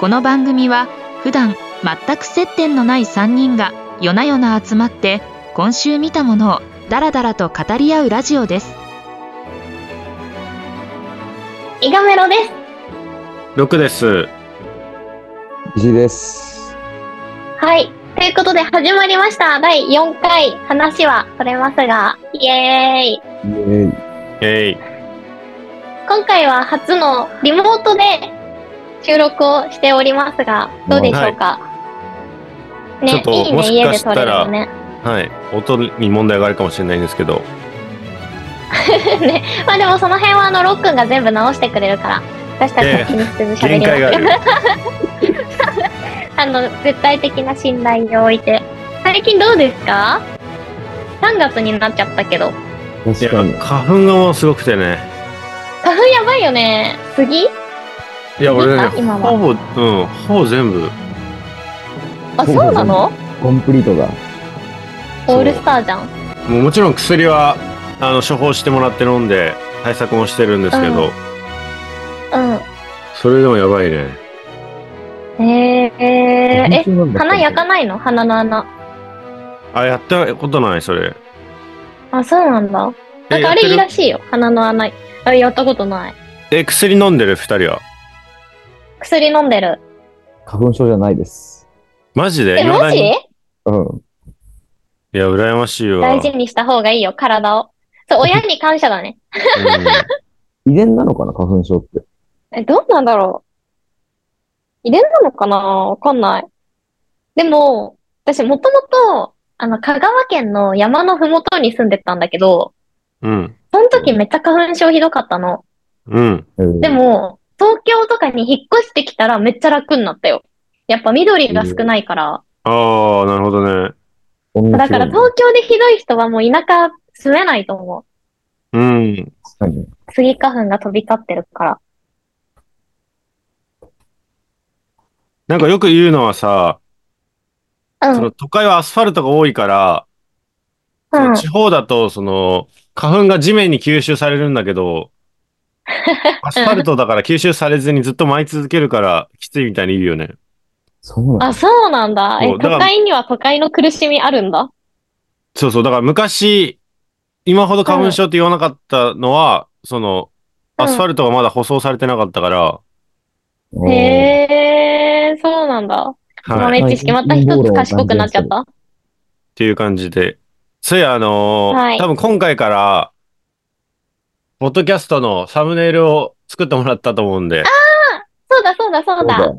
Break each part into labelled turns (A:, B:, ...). A: この番組は普段全く接点のない3人が夜な夜な集まって今週見たものをダラダラと語り合うラジオです
B: イガメロです。
C: 六です。
D: 石井です。
B: はい。ということで始まりました。第4回、話はそれますが、イエーイ。
D: イエーイ
C: えい。
B: 今回は初のリモートで収録をしておりますが、どうでしょうか、
C: い
B: ね、
C: ちょっと
B: いい
C: も
B: ね、
C: し
B: 家
C: か
B: で
C: した
B: 撮
C: ら
B: れるのね。
C: はい。音に問題があるかもしれないんですけど。
B: まあでもその辺はあの、ロックンが全部直してくれるから、私たちは気にせず喋り
C: 限
B: ま
C: 界
B: す
C: があ る。
B: あの、絶対的な信頼を置いて。最近どうですか ?3 月になっちゃったけど。
C: い
D: 確
C: や
D: かに。
C: 花粉がもうすごくてね。
B: 花粉やばいよね。杉
C: いや、俺ね、
B: 見た今は
C: ほぼ、うん、ほぼ全部。
B: あ、そうなの
D: コンプリートだ。
B: オールスターじゃん。
C: もうもちろん薬は、あの、処方してもらって飲んで、対策もしてるんですけど、
B: う
C: それでもやばいね。
B: ん。えー、え、
D: え
B: 花焼かないの鼻の穴。
C: あ、やったことない、それ。
B: あ、そうなんだ。
C: え
B: なんかあれいい
C: やっ
B: らしいよ。鼻の穴。あれやったことない。
C: てるえ、薬飲んでる、二人は。
B: 薬飲んでる。
D: 花粉症じゃないです。
C: マジで
B: え、マジ
C: い
D: うん。
C: や、羨ましいわ。
B: 大事にした方がいいよ、体を。 そう、親に感謝だね。
D: 遺伝なのかな、花粉症って。
B: え、どうなんだろう。遺伝なのかなわかんない。でも、私もともと、あの、香川県の山のふもとに住んでたんだけど、
C: うん。うん。
B: その時めっちゃ花粉症ひどかったの。
C: うん。
D: うん
B: で、も、東京とかに引っ越してきたらめっちゃ楽になったよ。やっぱ緑が少ないから。
C: ああ、なるほどね。
D: 同じ
B: だから東京でひどい人はもう田舎住めないと思
C: うん。
D: 確かに
B: う。スギ花粉が飛び交ってるから。
C: なんかよく言うのはさ、
B: う
C: そ
B: ん。う
C: の都会はアスファルトが多いから、そ
B: ん
C: の。地方だと、その、花粉が地面に吸収されるんだ けど、アスファルトだから吸収されずにずっと舞い続けるからきついみたいに言うよね。
D: そうなん
B: あ、そうなんだ。え、
C: そうだか
B: 都
C: ら
B: 会には都会の苦しみあるんだ。
C: そうそう。だから昔、今ほど花粉症って言わなかったのは、その、
B: うん
C: アスファルトがまだ舗装されてなかったから、
D: だ。
B: へえ、そうなんだ。
C: はい。っ
B: 豆知識また一つ賢くなっちゃった。
C: ていう感じで。そういや、あのー
B: はい
C: 多分今回から、ポッドキャストのサムネイルを作ってもらったと思うんで、
B: そうだ、そうだ、そうだ。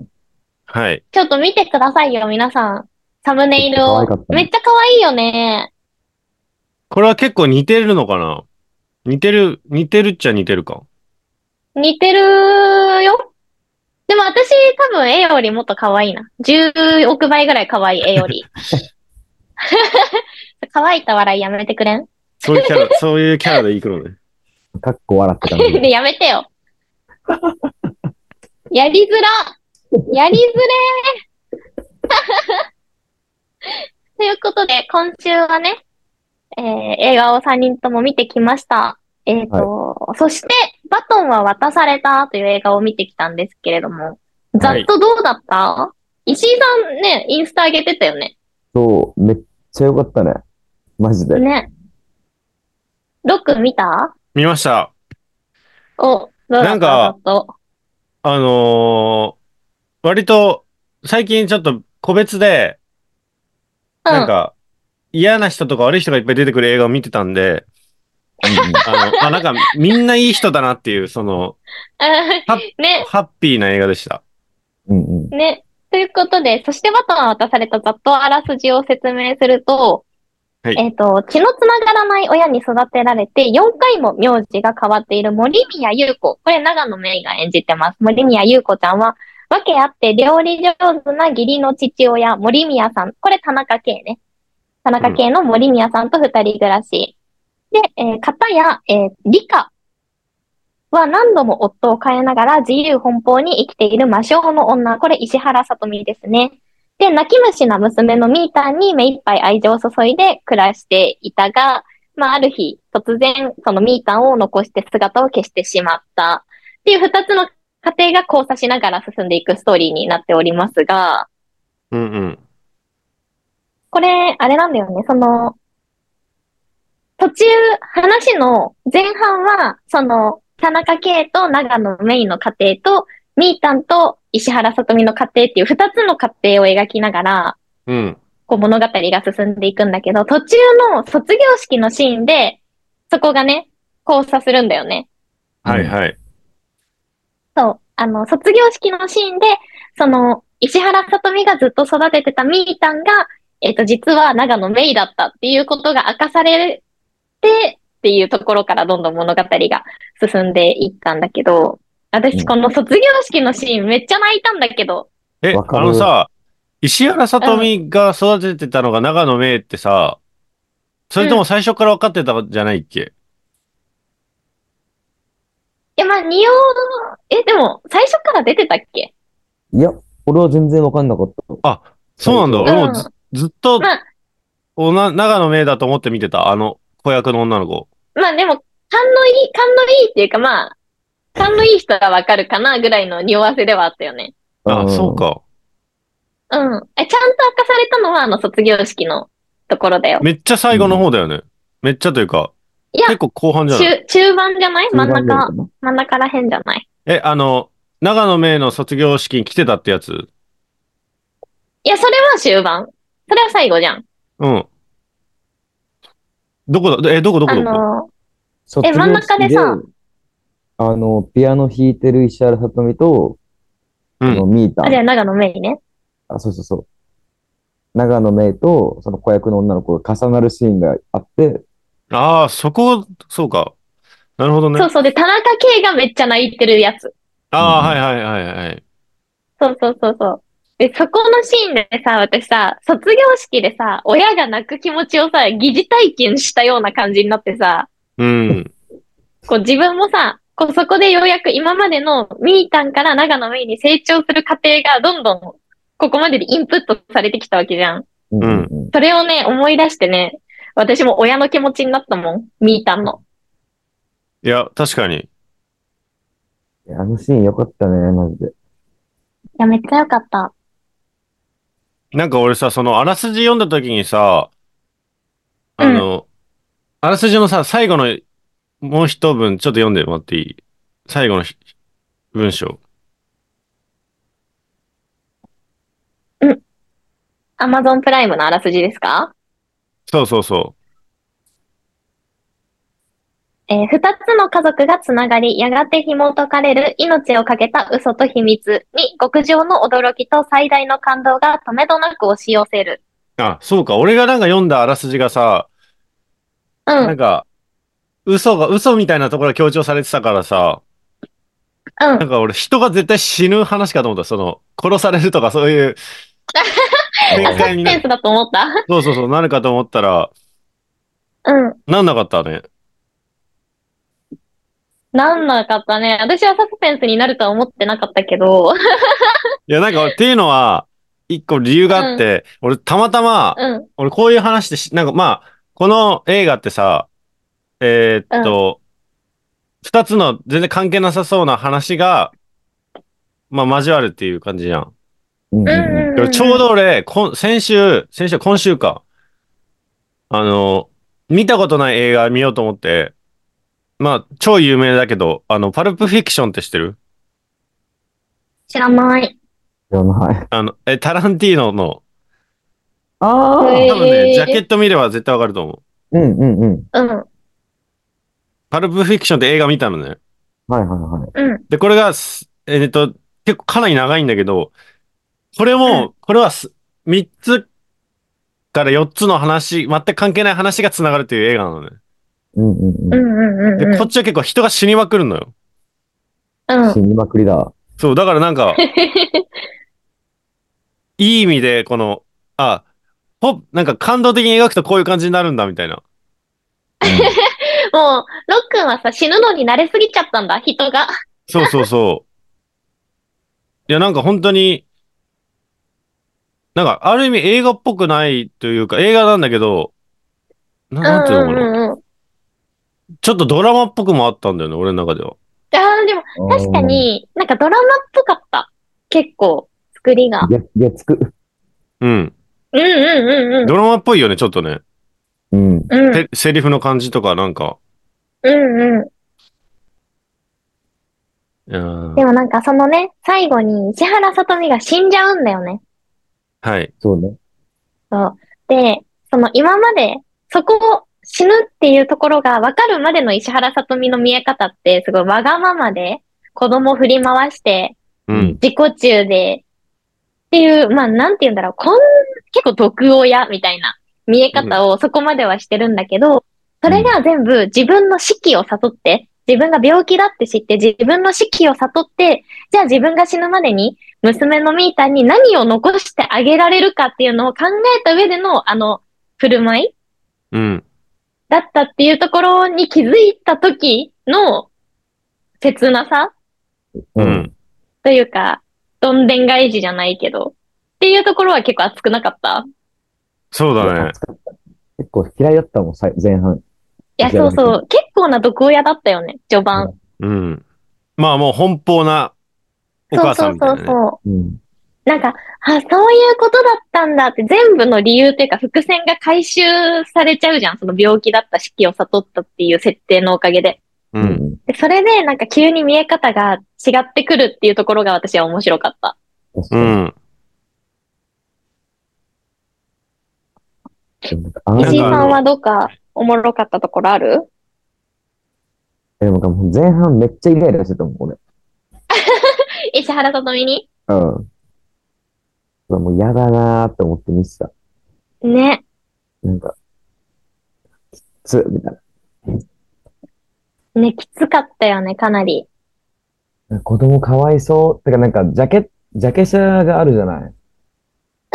C: はい。
B: ちょっと見てくださいよ、皆さん。サムネイル
D: 可
B: を
D: 愛かっ。たね
B: めっちゃ可愛いよね。
C: これは結構似てるのかな似てる、似てるっちゃ似てるか。
B: 似てるよ。でも私多分絵よりもっと可愛いな。10億倍ぐらい可愛い絵より。 乾いた笑いやめてくれん
C: そういうキャ ラ、そういうキャラでいくのね。
D: かっこ笑ってたね。
B: で やめてよ。やりづらやりづれー ということで、今週はね、えー映画を3人とも見てきました。えっ、と、そして、バトンは渡されたという映画を見てきたんですけれども、ざっとどうだった、石井さんね、インスタ上げてたよね。
D: そう、めっちゃよかったね。マジで。
B: ね。ロックン見た
C: 見ました。
B: お、どうだった
C: なんか
B: ざっと
C: あのー、割と、最近ちょっと個別で、
B: うん、
C: なんか、嫌な人とか悪い人がいっぱい出てくる映画を見てたんで、あ の、あ、なんか、みんないい人だなっていう、その、ハッ
B: ね。
C: ハッピーな映画でした。
D: うんうんうんうん。
B: ね。ということで、そしてバトンは渡されたざっとあらすじを説明すると、
C: はい
B: えっ、と、血のつながらない親に育てられて、4回も名字が変わっている森宮優子。これ長野芽衣が演じてます。森宮優子ちゃんは、わけあって料理上手な義理の父親、森宮さん。これ田中圭ね。田中圭の森宮さんと二人暮らし。で、えー、片や、えー、理科は何度も夫を変えながら自由奔放に生きている魔性の女。これ石原さとみですね。で、泣き虫な娘のミーターに目いっぱい愛情を注いで暮らしていたが、まあある日突然そのミーターを残して姿を消してしまった。っていう二つの過程が交差しながら進んでいくストーリーになっておりますが、
C: うんうん。
B: これ、あれなんだよね、その、途中、話の前半は、その、田中圭と長野メイの過程と、みーたんと石原さとみの過程っていう二つの過程を描きながら、
C: うん。
B: こう物語が進んでいくんだけど、途中の卒業式のシーンで、そこがね、交差するんだよね。
C: はいはい。
B: そう、あの、卒業式のシーンで、その、石原さとみがずっと育ててたみーたんが、えっ、と、実は長野メイだったっていうことが明かされて、っていうところからどんどん物語が進んでいったんだけど、
D: う
B: 私
D: ん
B: この卒業式のシーンめっちゃ泣いたんだけど、
C: え、
D: わか
C: あ
D: る
C: のさ、石原さとみが育ててたのが長野めいってさ、それとも最初から分かってたじゃないっけ、
B: いや、まあ、匂い、え、でも、最初から出てたっけ
D: いや、俺は全然わかんなかった。
C: そうなんだ。
D: うん
C: 俺もずずっと、
B: まあ
C: おな長野めいだと思って見てた。あの、子役の女の子。
B: まあでも、勘のいい、勘のいいっていうかまあ、勘のいい人はわかるかなぐらいの匂わせではあったよね。
C: あ、
D: ん
C: そう。か。
B: うん。え、ちゃんと明かされたのは、あの、卒業式のところだよ。
C: めっちゃ最後の方だよね。めっちゃというか、
B: いや
C: 結構後半じゃない
B: 中、中盤じゃない真ん
D: 中
B: 中、真ん中らへんじゃない。
C: え、あの、長野めいの卒業式に来てたってやつ
B: いや、それは終盤。それは最後じゃん。
C: うん。どこだえ、どこどこ
B: あ
C: どこ、
B: の、
D: 卒業式
B: え真ん中でさ、
D: あの、ピアノ弾いてる石原さとみと、
C: う
D: あの
C: ん。
D: ミータ
B: あれは
D: ン。
B: 長野メイね。
D: あ、そうそうそう。長野めいと、その子役の女の子が重なるシーンがあって、
C: ああ、そこ、そうか。なるほどね
B: そう。そう。で、田中圭がめっちゃ泣いてるやつ。
C: ああ、はいはいはいはい。
B: そうそうそうそう。で、そこのシーンでさ、私さ、卒業式でさ、親が泣く気持ちをさ、疑似体験したような感じになってさ、
C: うん。
B: こう自分もさ、こうそこでようやく今までのミータンから長野メイに成長する過程がどんどんここまででインプットされてきたわけじゃん。
D: うん
C: うん
D: うん
B: それをね、思い出してね、私も親の気持ちになったもん。ミータンの。
C: いや、確かに。
D: いやあのシーンよかったね、マジで。
B: いや、めっちゃよかった。
C: なんか俺さ、その、あらすじ読んだ時にさ、あの、あらすじのさ、最後の、もう一文、ちょっと読んでもらっていい最後のひ文章。
B: アマゾンプライムのあらすじですか
C: そうそうそ
B: えー二つの家族がつながり、やがて紐解かれる命をかけた嘘と秘密に極上の驚きと最大の感動が止めどなく押し寄せる。
C: う。あ、そうか。俺がなんか読んだあらすじがさ、
B: う
C: なん
B: ん、
C: か、嘘が、嘘みたいなところが強調されてたからさ、
B: うん
C: な。んか俺人が絶対死ぬ話かと思った。その、殺されるとかそういう、
B: あ、
C: 展
B: サ
C: 開
B: ス
C: に
B: ペ
C: な
B: ンスだと思った
C: そうそうそう、なるかと思ったら、
B: うん。
C: なんなかったね。
B: なんなかったね。私はサスペンスになるとは思ってなかったけ ど。
C: いや、なんか、っていうのは、一個理由があって、俺、たまたま、
B: うん。
C: 俺、こういう話でし、なんか、まあ、この映画ってさ、えーっと、二、つの全然関係なさそうな話が、まあ、交わるっていう感じじゃん。
D: う
B: うん
D: んうん
B: うん
C: でもちょうど俺、こん先週、先週、今週か。あの、見たことない映画見ようと思って、まあ、超有名だけど、あの、パルプフィクションって知ってる
B: 知らない。
D: 知らない。
C: あの、え、タランティーノの、
D: ああ
B: へえ
C: 多分ね、ジャケット見れば絶対わかると思う。
D: うんうんうん。
B: うん。
C: パルプフィクションって映画見たのね。
D: はいはいはい。
B: うん。
C: で、これがす、えーっと、結構かなり長いんだけど、これも、これはす3つから4つの話、全く関係ない話が繋がるという映画なのね。
D: うんうん
B: う
D: うん
B: うんうん
C: で、
B: う
C: こ
B: ん。
C: っちは結構人が死にまくるのよ。
B: うん
D: ん。死。にまくりだ。
C: そう、だからなんか、いい意味で、この、あ、ほ、なんか感動的に描くとこういう感じになるんだ、みたいな。
B: もう、ロックンはさ、死ぬのに慣れすぎちゃったんだ、人が。
C: そうそうそう。いや、なんか本当に、なんか、ある意味映画っぽくないというか、映画なんだけど、な
B: うん
C: なんていうのかな、
B: んうんうん。
C: ちょっとドラマっぽくもあったんだよね、俺の中では。
B: あーでも確かになんかドラマっぽかった。結構、作りが
D: うん。。月、月く。
C: うん。
B: うんうんうんうん。
C: ドラマっぽいよね、ちょっとね。
D: うん。
B: うん
C: せセリフの感じとかなんか。
B: うんうん。
C: うん
B: でもなんかそのね、最後に石原さとみが死んじゃうんだよね。
C: はい。
D: そうね。
B: で、その今まで、そこを死ぬっていうところが分かるまでの石原さとみの見え方って、すごいわがままで、子供振り回して、
C: うん。
B: 自己中で、っていう、まあなんて言うんだろう、こん、結構毒親みたいな見え方をそこまではしてるんだけど、それが全部自分の死期を悟って、自分が病気だって知って、自分の死期を悟って、じゃあ自分が死ぬまでに、娘のみーたんに何を残してあげられるかっていうのを考えた上での、あの、振る舞い
C: うん。
B: だったっていうところに気づいた時の、切なさ
C: う
D: うんん。。
B: というか、どんでん返しじゃないけど、っていうところは結構熱くなかった。
C: そうだね。
D: 暑かった結構嫌いだったもん、さい前半。
B: いや、
D: じゃ
B: そ
D: あ
B: うそう。結構な毒親だったよね、序盤。
C: うん。まあもう奔放なお
B: そう
C: 母
B: そ
C: さ
B: うん
C: み
B: そ
C: たいうなね。
B: そう。
D: うん。
B: なんか、あ、そういうことだったんだって全部の理由というか伏線が回収されちゃうじゃん。その病気だった、死期を悟ったっていう設定のおかげで。
C: う。
D: うんん。
B: でそれでなんか急に見え方が違ってくるっていうところが私は面白かった。
D: 確か
C: う
D: に。
C: ん。
D: なんかあの
C: なん
B: 石井
C: か
B: さんはどっかおもろかったところある
D: でももう前半めっちゃイライラしてたもん、俺。
B: 石原さとみに
D: うん。もう嫌だなーって思って見てた。
B: ね。
D: なんか、きつ、みたいな
B: ね、きつかったよね、かなり。。
D: なんか子供かわいそう。てかなんか、ジャケ、ジャケ写があるじゃない。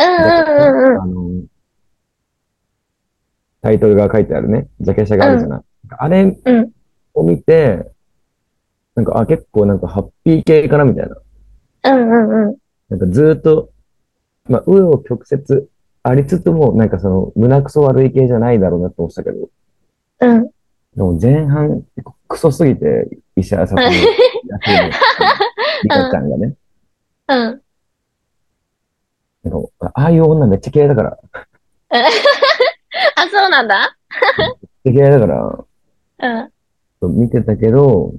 B: うんうんうんうん。
D: あの、タイトルが書いてあるね。ジャケ写があるじゃない。あれ
B: うん
D: を見て、なんか、あ、結構なんかハッピー系かなみたいな。
B: うんうんうん。
D: なんかずーっと、まあ、うを曲折ありつつも、なんかその、胸くそ悪い系じゃないだろうなって思ってたけど、
B: うん。
D: でも前半、クソすぎて、石原さとみ、役のリカちゃん
B: う
D: がね、
B: ん。
D: なんかもうああいう女めっちゃ嫌いだから、
B: あ、そうなんだ。
D: めっちゃ嫌いだから、
B: うん。
D: 見てたけど、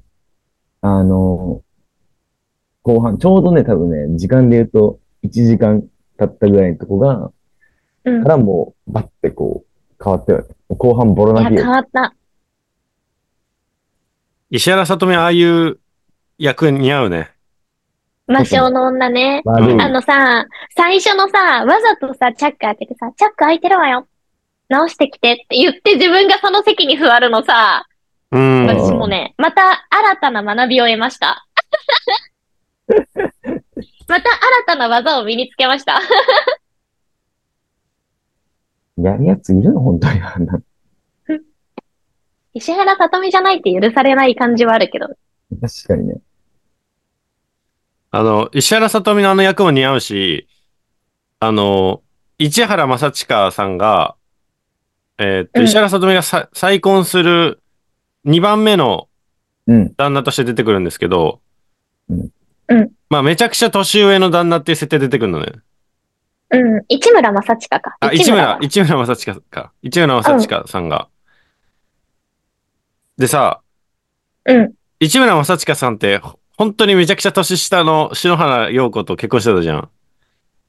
D: あの、後半、ちょうどね、多分ね、時間で言うと、1時間経ったぐらいのとこが、
B: うん
D: か。らもう、バッてこう、変わったよね。後半、ボロ
B: い
D: 泣
B: や、
D: きよ
B: 変。わった。
C: 石原さとみ、ああいう役に合うね。
B: 魔性の女ね。
D: 悪い。
B: あのさ、最初のさ、わざとさ、チャック開けてさ、チャック開いてるわよ。直してきてって言って自分がその席に座るのさ、
C: うん。
D: うん
B: 私もね、また新たな学びを得ました。また新たな技を身につけました。
D: やるやついるの本当に。あんな
B: 石原さとみじゃないって許されない感じはあるけど。
D: 確かにね。
C: あの、石原さとみのあの役も似合うし、あの、市原正親さんが、えーっと、
B: うん
C: 石原さとみがさ再婚する2番目の
D: うん。
C: 旦那として出てくるんですけど、
D: うん
B: うん
C: まあ、めちゃくちゃ年上の旦那っていう設定出てくるのね。
B: うん。市村正親か。
C: あ、市村、市村正親か。市村正親さんが。でさ、
B: うん。
C: 市村正親さんって、ほ本当にめちゃくちゃ年下の篠原陽子と結婚してたじゃん。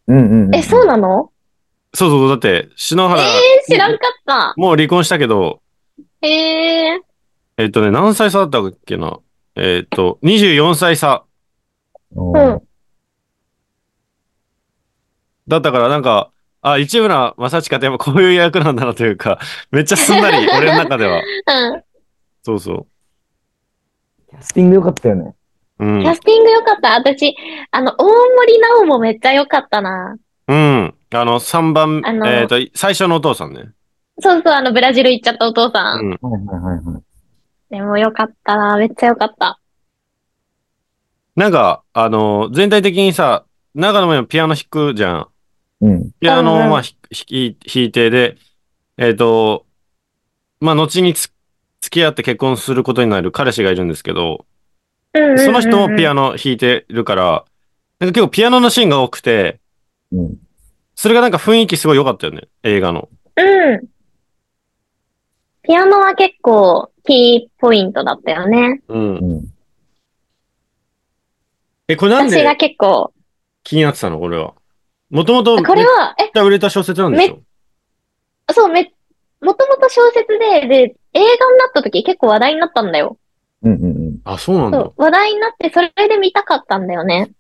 D: うんうんうん。
B: え、そうなの
C: そうそうそう、だって、篠原、
B: えー、知らんかった。
C: もう離婚したけど、
B: えー、
C: えっとね、何歳差だったっけな。えっと、24歳差
D: お
B: う
D: ー
B: ん。
C: だったから、なんか、あ、市村正親ってやっぱこういう役なんだなというか、 めっちゃすんなり、俺の中では。
B: うん。
C: そうそ
D: キャスティング良かったよね。
C: う。うん
B: キャ。スティング良かった。私、あの、大森奈央もめっちゃ良かったな。
C: うん。あの、3番、
B: あの
C: えっと、最初のお父さんね。
B: そうそう、あの、ブラジル行っちゃったお父さん。
C: うん。
D: はいはいはいはい。
B: でも良かったな。めっちゃ良かった。
C: なんか、あの、全体的にさ、長野もピアノ弾くじゃん。
D: うん。
C: ピアノ
B: うんう
C: を
B: ん
C: まあ弾き弾いてで、えっ、と、まあ後につ付き合って結婚することになる彼氏がいるんですけど、その人もピア
B: ノ。
C: ノ弾いてるから、なんか結構ピアノのシーンが多くて、
D: うん。
C: それがなんか雰囲気すごい良かったよね、映画の。
B: うん。ピアノは結構キーポイントだったよね。
C: う。
D: うんん。
C: え、これなん
B: 私が
C: で
B: 結構、
C: 気になってたのこれは。もともと、めっ
B: これは、え、
C: ちゃ売れた小説なんでしょ
B: そう、め、もともと小説で、で、映画になった時結構話題になったんだよ。
D: うんうんうん。
C: あ、そうな
B: そ
C: んだ
B: う。、話題になって、それで見たかったんだよね。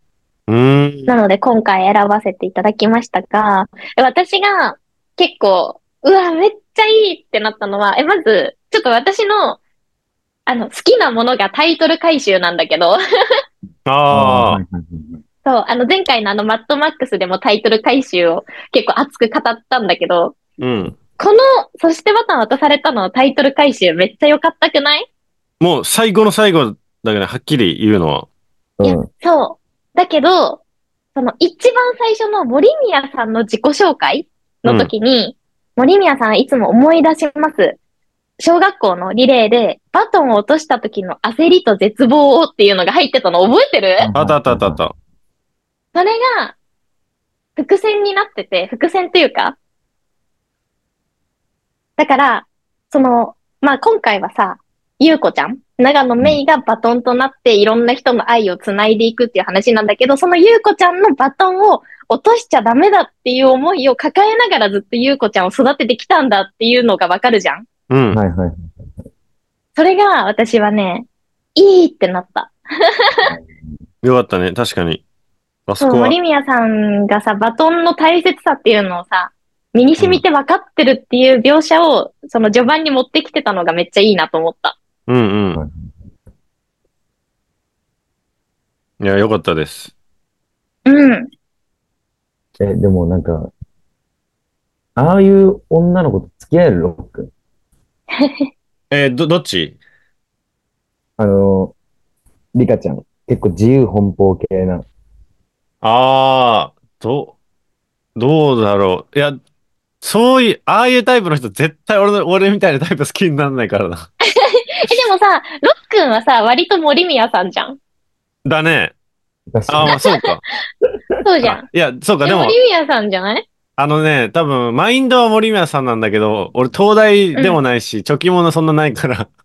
C: うーん。
B: なので今回選ばせていただきましたが、え私が結構、うわ、めっちゃいいってなったのは、え、まず、ちょっと私の、あの、好きなものがタイトル回収なんだけど、
C: ああ
D: はい。はいはいはい
B: そう、あの前回のあのマッドマックスでもタイトル回収を結構熱く語ったんだけど、
C: うん。
B: この、そしてボタン渡されたのタイトル回収めっちゃ良かったくない
C: もう最後の最後だけど、はっきり言うのは。
B: いや
D: うん。
B: そう。だけど、その一番最初の森宮さんの自己紹介の時に、森宮さんいつも思い出します。小学校のリレーでバトンを落とした時の焦りと絶望をっていうのが入ってたの覚えてる
C: あったあったあったあった。
B: それが伏線になってて、伏線というか。だから、その、まあ今回はさ、ゆうこちゃん、長野めいがバトンとなっていろんな人の愛を繋いでいくっていう話なんだけど、そのゆうこちゃんのバトンを落としちゃダメだっていう思いを抱えながらずっとゆうこちゃんを育ててきたんだっていうのがわかるじゃん。
C: うん。
D: はいはい。
B: それが私はね、いいってなった。
C: よかったね、確かに。あそ
B: そう、
C: こは。
B: 森宮さんがさ、バトンの大切さっていうのをさ、身に染みて分かってるっていう描写を、その序盤に持ってきてたのがめっちゃいいなと思った。
C: うんう
D: は
C: ん。いや、よかったです。
B: うん。
D: え、でもなんか、ああいう女の子と付き合えるロック。
C: えーど、どっち
D: あの、リカちゃん。結構自由奔放系な。
C: ああ、ど、どうだろう。いや、そういう、ああいうタイプの人、絶対俺の、俺みたいなタイプ好きにならないからな。
B: え、でもさ、ロックンはさ、割と森宮さんじゃん。
C: だね。
D: 確
C: ああ、
D: か
C: まあそ うか。
B: そうじゃん。
C: いや、そうか、
B: え
C: でも
B: 森、宮さんじゃない
C: あのね、多分、マインドは森宮さんなんだけど、俺、東大でもないし、貯金もそんなないから。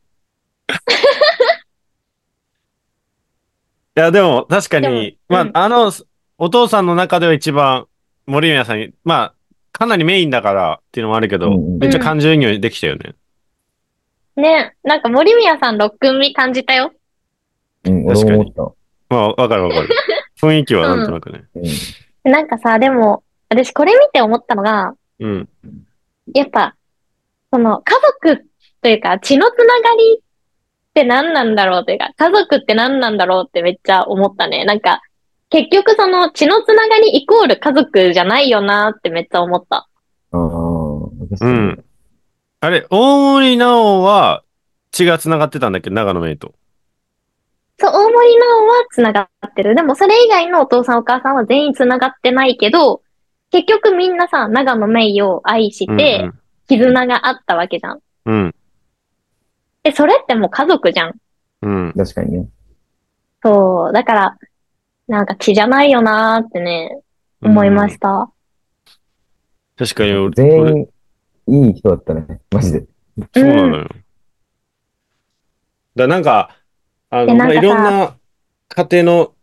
C: いや、でも、確かに、
B: でも
C: ま
B: うん
C: あ、あの、お父さんの中では一番、森宮さんに、まあ、かなりメインだからっていうのもあるけど、
D: うんうん
C: めっちゃ感情移入できたよね。
B: ね、なんか森宮さんロックンに感じたよ。
D: に。うん、
C: 確かに
D: 俺も思っ
C: まあ、わかるわか る。雰囲気はなんとなくね。
D: た。うん。
B: なんかさ、でも、私これ見て思ったのが、
C: うん。
B: やっぱ、その家族というか血のつながりって何なんだろうというか、家族って何なんだろうってめっちゃ思ったね。なんか、結局その血のつながりイコール家族じゃないよなってめっちゃ思った。
D: ああ、確
C: う
D: かに。
C: ん。あれ、大森奈緒は、血が繋がってたんだっけど、長野メイと。
B: そう、大森なおはつながってる。でもそれ以外のお父さんお母さんは全員つながってないけど、結局みんなさ、長野芽衣を愛し
C: うん
B: て、絆があったわけじゃん。
C: うん。
B: で、それってもう家族じゃん。
C: うん。うん。
D: 確かにね。
B: そう、だから、なんか血じゃないよなーってね、思いました。
C: 確かに俺、俺
D: 全員、いい人だったね。マジで。
C: そうなのよ。だなんか、あ
B: で
C: の、ま
B: なんか
C: あ、
B: さ
C: いろんな家庭の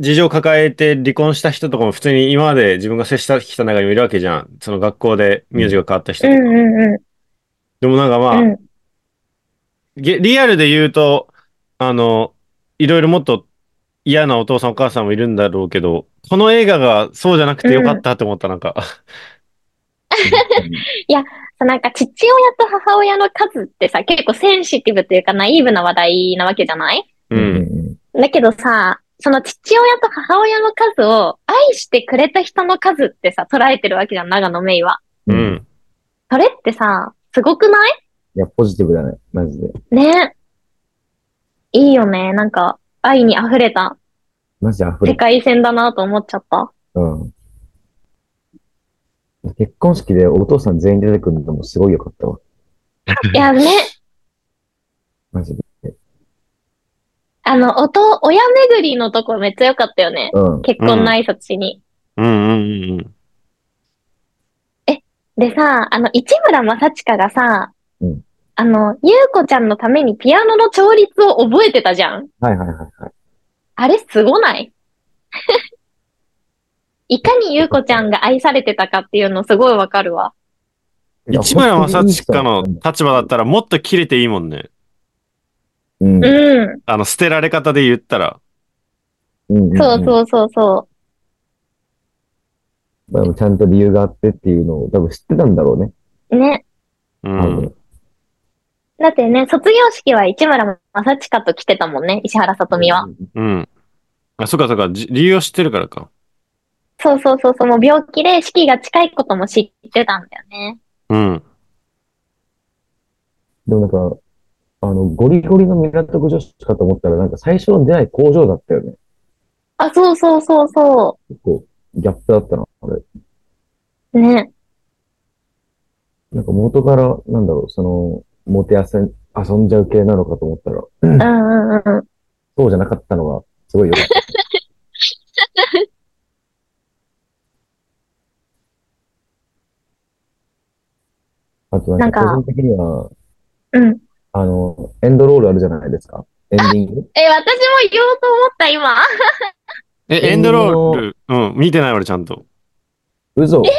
C: 事情を抱えて離婚した人とかも普通に今まで自分が接したきた中にもいるわけじゃん。その学校で名字が変わった人
B: う
C: と
B: ん
C: か。
B: うん
C: でもなんかま
B: う
C: あ、
B: ん。うん。
C: げリアルで言うと、あの、いろいろもっと嫌なお父さんお母さんもいるんだろうけど、この映画がそうじゃなくてよかったと思った、なんか。
B: そうなんか父親と母親の数ってさ、結構センシティブというかナイーブな話題なわけじゃない
C: うん。
D: ん。
B: だけどさ、その父親と母親の数を愛してくれた人の数ってさ、捉えてるわけじゃん、長野メイは。
C: う
D: うん。
C: ん。
B: それってさ、すごくない
D: いや、ポジティブだね。マジで。
B: ね。いいよね。なんか、愛に溢れた
D: マジで溢
B: 世
D: れた。
B: 界線だなと思っちゃった。
D: うん。結婚式でお父さん全員出てくるのもすごい良かったわ。
B: いやね。
D: マジで。
B: あの、おと、親巡りのとこめっちゃ良かったよね。
D: うん。
B: 結婚の挨拶しに。
C: うんうんうんうん。
B: でさ、あの、市村正親がさ、
D: うん
B: あの、ゆうこちゃんのためにピアノの調律を覚えてたじゃん。
D: はいはいはいはい。
B: あれすごない いかにゆうこちゃんが愛されてたかっていうのすごいわかるわ。
D: いや
C: 市村正親の
D: 本当にいい人だっ
C: 立場だったらもっと切れていいもんね。
D: たん
B: う
D: だ
B: ん。
C: あの、捨てられ方で言ったら。
D: うん。ん
B: そう
D: うん。
B: そうそうそ
D: まあちゃんと理由があってっていうのを多分知ってたんだろうね。
B: う。ね。
C: う。。
D: うん
B: だってね、卒業式は市村正親と来てたもんね、石原さとみは。。
C: うん。あ、そっかそっか。じ理由を知ってるからか。
B: そうそうそうそう、もう病気で式が近いことも知ってたんだよね。
C: うん。
D: でもなんか、あの、ゴリゴリの港区女子かと思ったら、なんか最初の出会い工場だったよね。
B: あ、そうそうそうそ
D: 結構、ギャップだったな、あれ。
B: う。ね。
D: なんか元から、なんだろう、その、モテあせん、遊んじゃう系なのかと思ったら、
B: うんうんうんうん。
D: そうじゃなかったのが、すごい良かった。あとなんか、
B: なんか
D: 個人的には、
B: うん。
D: あの、エンドロールあるじゃないですか。エンディング。
B: え、私も言おうと思った、今。
C: え、エンドロール、うん、見てない俺ちゃんと。
D: 嘘
B: ちょ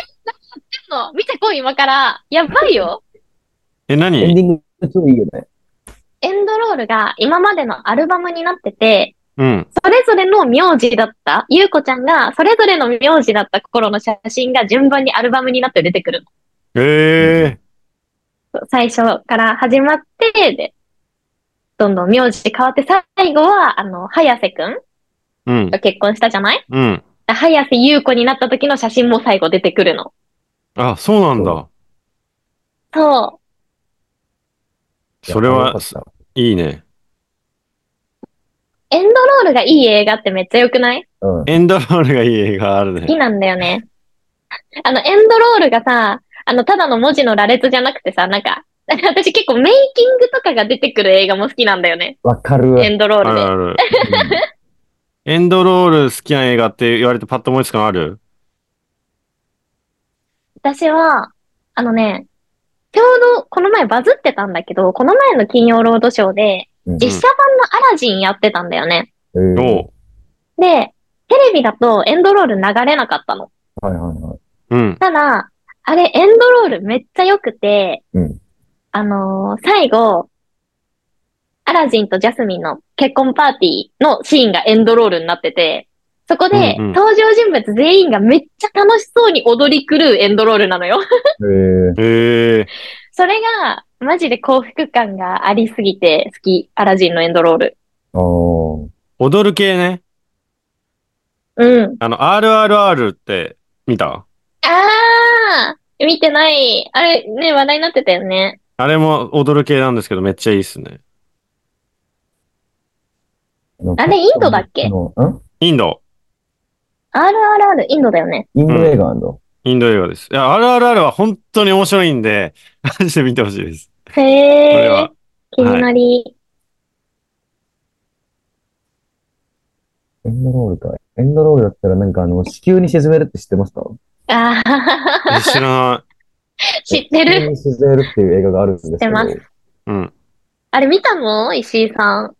B: っと見てこい、今から。やばいよ。
C: え、
D: エン
C: 何
D: ディング超いいよね。
B: エンドロールが今までのアルバムになってて、
C: うん。
B: それぞれの名字だった、ゆうこちゃんがそれぞれの名字だった頃の写真が順番にアルバムになって出てくる
C: ええ
B: の。最初から始まって、で、どんどん名字変わって、最後は、あの、早瀬くん
C: うん
B: が。結婚したじゃない
C: うん。
B: 早瀬ゆうこになった時の写真も最後出てくるの。
C: あ、そうなんだ。
B: そ
C: それ
D: いや
C: は
D: 良か、った
C: いいね。
B: う。エンドロールがいい映画ってめっちゃ良くない
D: うん。
C: エンドロールがいい映画ある
B: 好き
C: ね。
B: なんだよね。あの、エンドロールがさ、あの、ただの文字の羅列じゃなくてさ、なんか、なんか私結構メイキングとかが出てくる映画も好きなんだよね。
D: わかるわ
B: エ。ンドロ
C: あ
B: ール
C: る
B: で。
C: ある。エンドロール好きな映画って言われてパッと思いつくのある
B: 私は、あのね、ちょうどこの前バズってたんだけど、この前の金曜ロードショーで、
D: うん
B: 実写版のアラジンやってたんだよね。
D: うん
C: おう。
B: で、テレビだとエンドロール流れなかったの。
D: はいはいはい。
C: うん。
B: ただ、あれエンドロールめっちゃ良くて、
D: うん
B: あのー最後、アラジンとジャスミンの結婚パーティーのシーンがエンドロールになってて、そこで、
C: うんうん
B: 登場人物全員がめっちゃ楽しそうに踊り狂うエンドロールなのよ。
D: へえ。
C: ええ
B: それが、マジで幸福感がありすぎて好き、アラジンのエンドロール。
D: あー
C: 踊る系ね。
B: うん。
C: あの、RRR って見た
B: あー見てない。あれ、ね、話題になってたよね。
C: あれも踊る系なんですけどめっちゃいいっすね。
D: なんか
B: あれ、インドだっけ
D: あのん
C: インド。
B: ?RRR インドだよね。
D: インド映画なんだ。
C: インド映画です。いや、RRR は本当に面白いんで、マジで見てほしいです。これ
B: へー
C: は。。
B: 気になり。
D: エンドロールか。エンドロールだったらなんかあの、子宮に沈めるって知ってました
B: ああ
C: え知らない。
B: ー、知って
D: 子宮
B: る。
D: に沈めるっていう映画があるんですけど。
B: 知ってます
C: うん。
B: あれ見たの石井さん。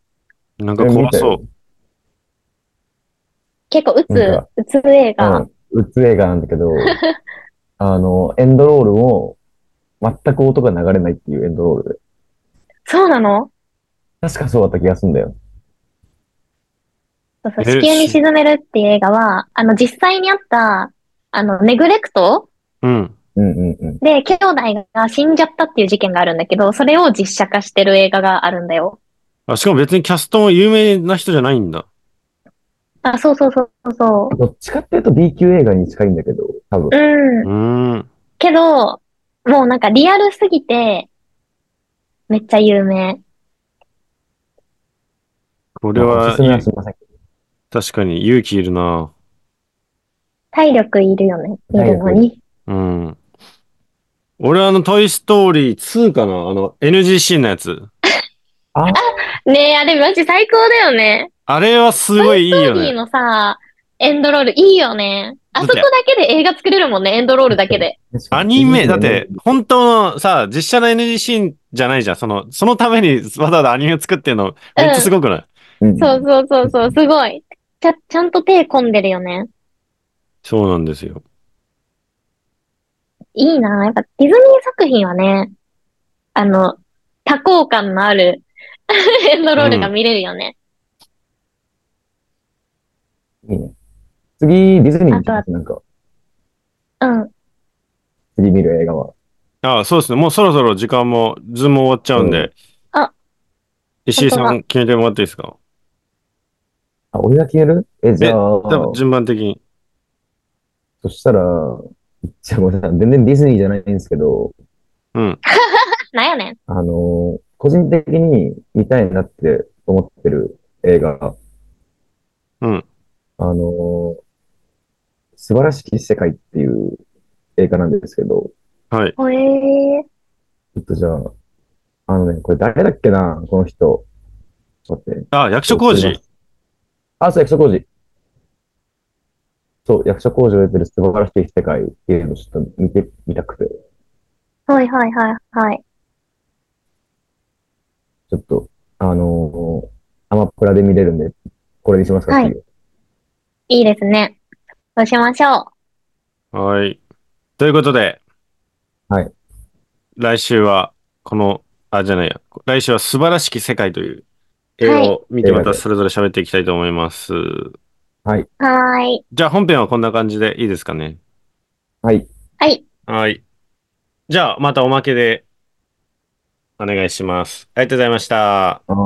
C: なんか怖そう。
B: 結構、うつ、
D: なんか
B: うつ映画。
D: うん。うつ映画なんだ けど、あの、エンドロールも、全く音が流れないっていうエンドロールで。
B: そうなの
D: 確かそうだった気がするんだよ。
B: そうそう、
C: え
B: 地球に沈めるっていう映画は、あの、実際にあった、あの、ネグレクト
C: うん。
D: うんうんうん。
B: で、兄弟が死んじゃったっていう事件があるんだけど、それを実写化してる映画があるんだよ。
C: あ、しかも別にキャストも有名な人じゃないんだ。
B: あ、そうそうそうそ
D: どっちかっていうと B 級映画に近いんだけど、多分
B: う。。う。
C: うんーん。
B: けど、もうなんかリアルすぎて、めっちゃ有名。
C: これ
D: まあ
C: は
D: おすす、めはしませんけ
C: 確かに勇気いるな
B: 体力いるよね。いるの
D: 体力
B: に。
C: うん。俺あの、トイストーリー2かなあの、NG シーンのやつ。
D: ど。あ、
B: ねえ、あれマジ最高だよね。
C: あれはすごいいい
B: スト
C: よ
B: ーリー
C: ね。
B: のさ、エンドロールいいよね。あそこだけで映画作れるもんね、エンドロールだけで。
C: アニメ、だって、本当のさ、実写の NG シーンじゃないじゃん。その、そのために わざわざアニメを作ってんの、めっちゃすごくない、
D: うん、
B: そうそうそうそう、すごい。ちゃ、ちゃんと手込んでるよね。
C: そうなんですよ。
B: いいなやっぱディズニー作品はね、あの、多幸感のある エンドロールが見れるよね。
D: いいね次、ディズニーじゃなくてなんか、
B: うん。
D: 次見る映画は。
C: ああ、そうですね。もうそろそろ時間も、ズーム終わっちゃうんで。
B: うんあ
C: 石井さ
B: 本当
C: ん決めてもらっていいですか
D: あ、俺だけやるえ、じゃあ、
C: 多分順番的に。
D: そしたら、じゃあごめんなさい。全然ディズニーじゃないんですけど、
C: うん。
B: なんやねん。
D: あのー個人的に見たいなって思ってる映画。
C: うん。
D: あのー素晴らしき世界っていう映画なんですけど、
C: はい。
B: ほえー。
D: ちょっとじゃあ、あのね、これ誰だっけなこの人。ちょっと待って。
C: ああ、役所工事。
D: あ、そう、役所工事。そう、役所工事をやってる素晴らしい世界っていうのをちょっと見てみたくて、
B: はいはいはいはい。
D: ちょっと、あのーアマプラで見れるんで、これにしますかっていう。
B: いいですね。そうしましょう。
C: はい。ということで。
D: はい。
C: 来週は、この、あ、じゃないや。来週は素晴らしき世界という映画を見て、
D: はい
C: またそれぞれ喋っていきたいと思います。
B: はーい。
C: じゃあ本編はこんな感じでいいですかね。
D: はい。
B: はい。
C: はい。じゃあまたおまけでお願いします。ありがとうございました。
D: あー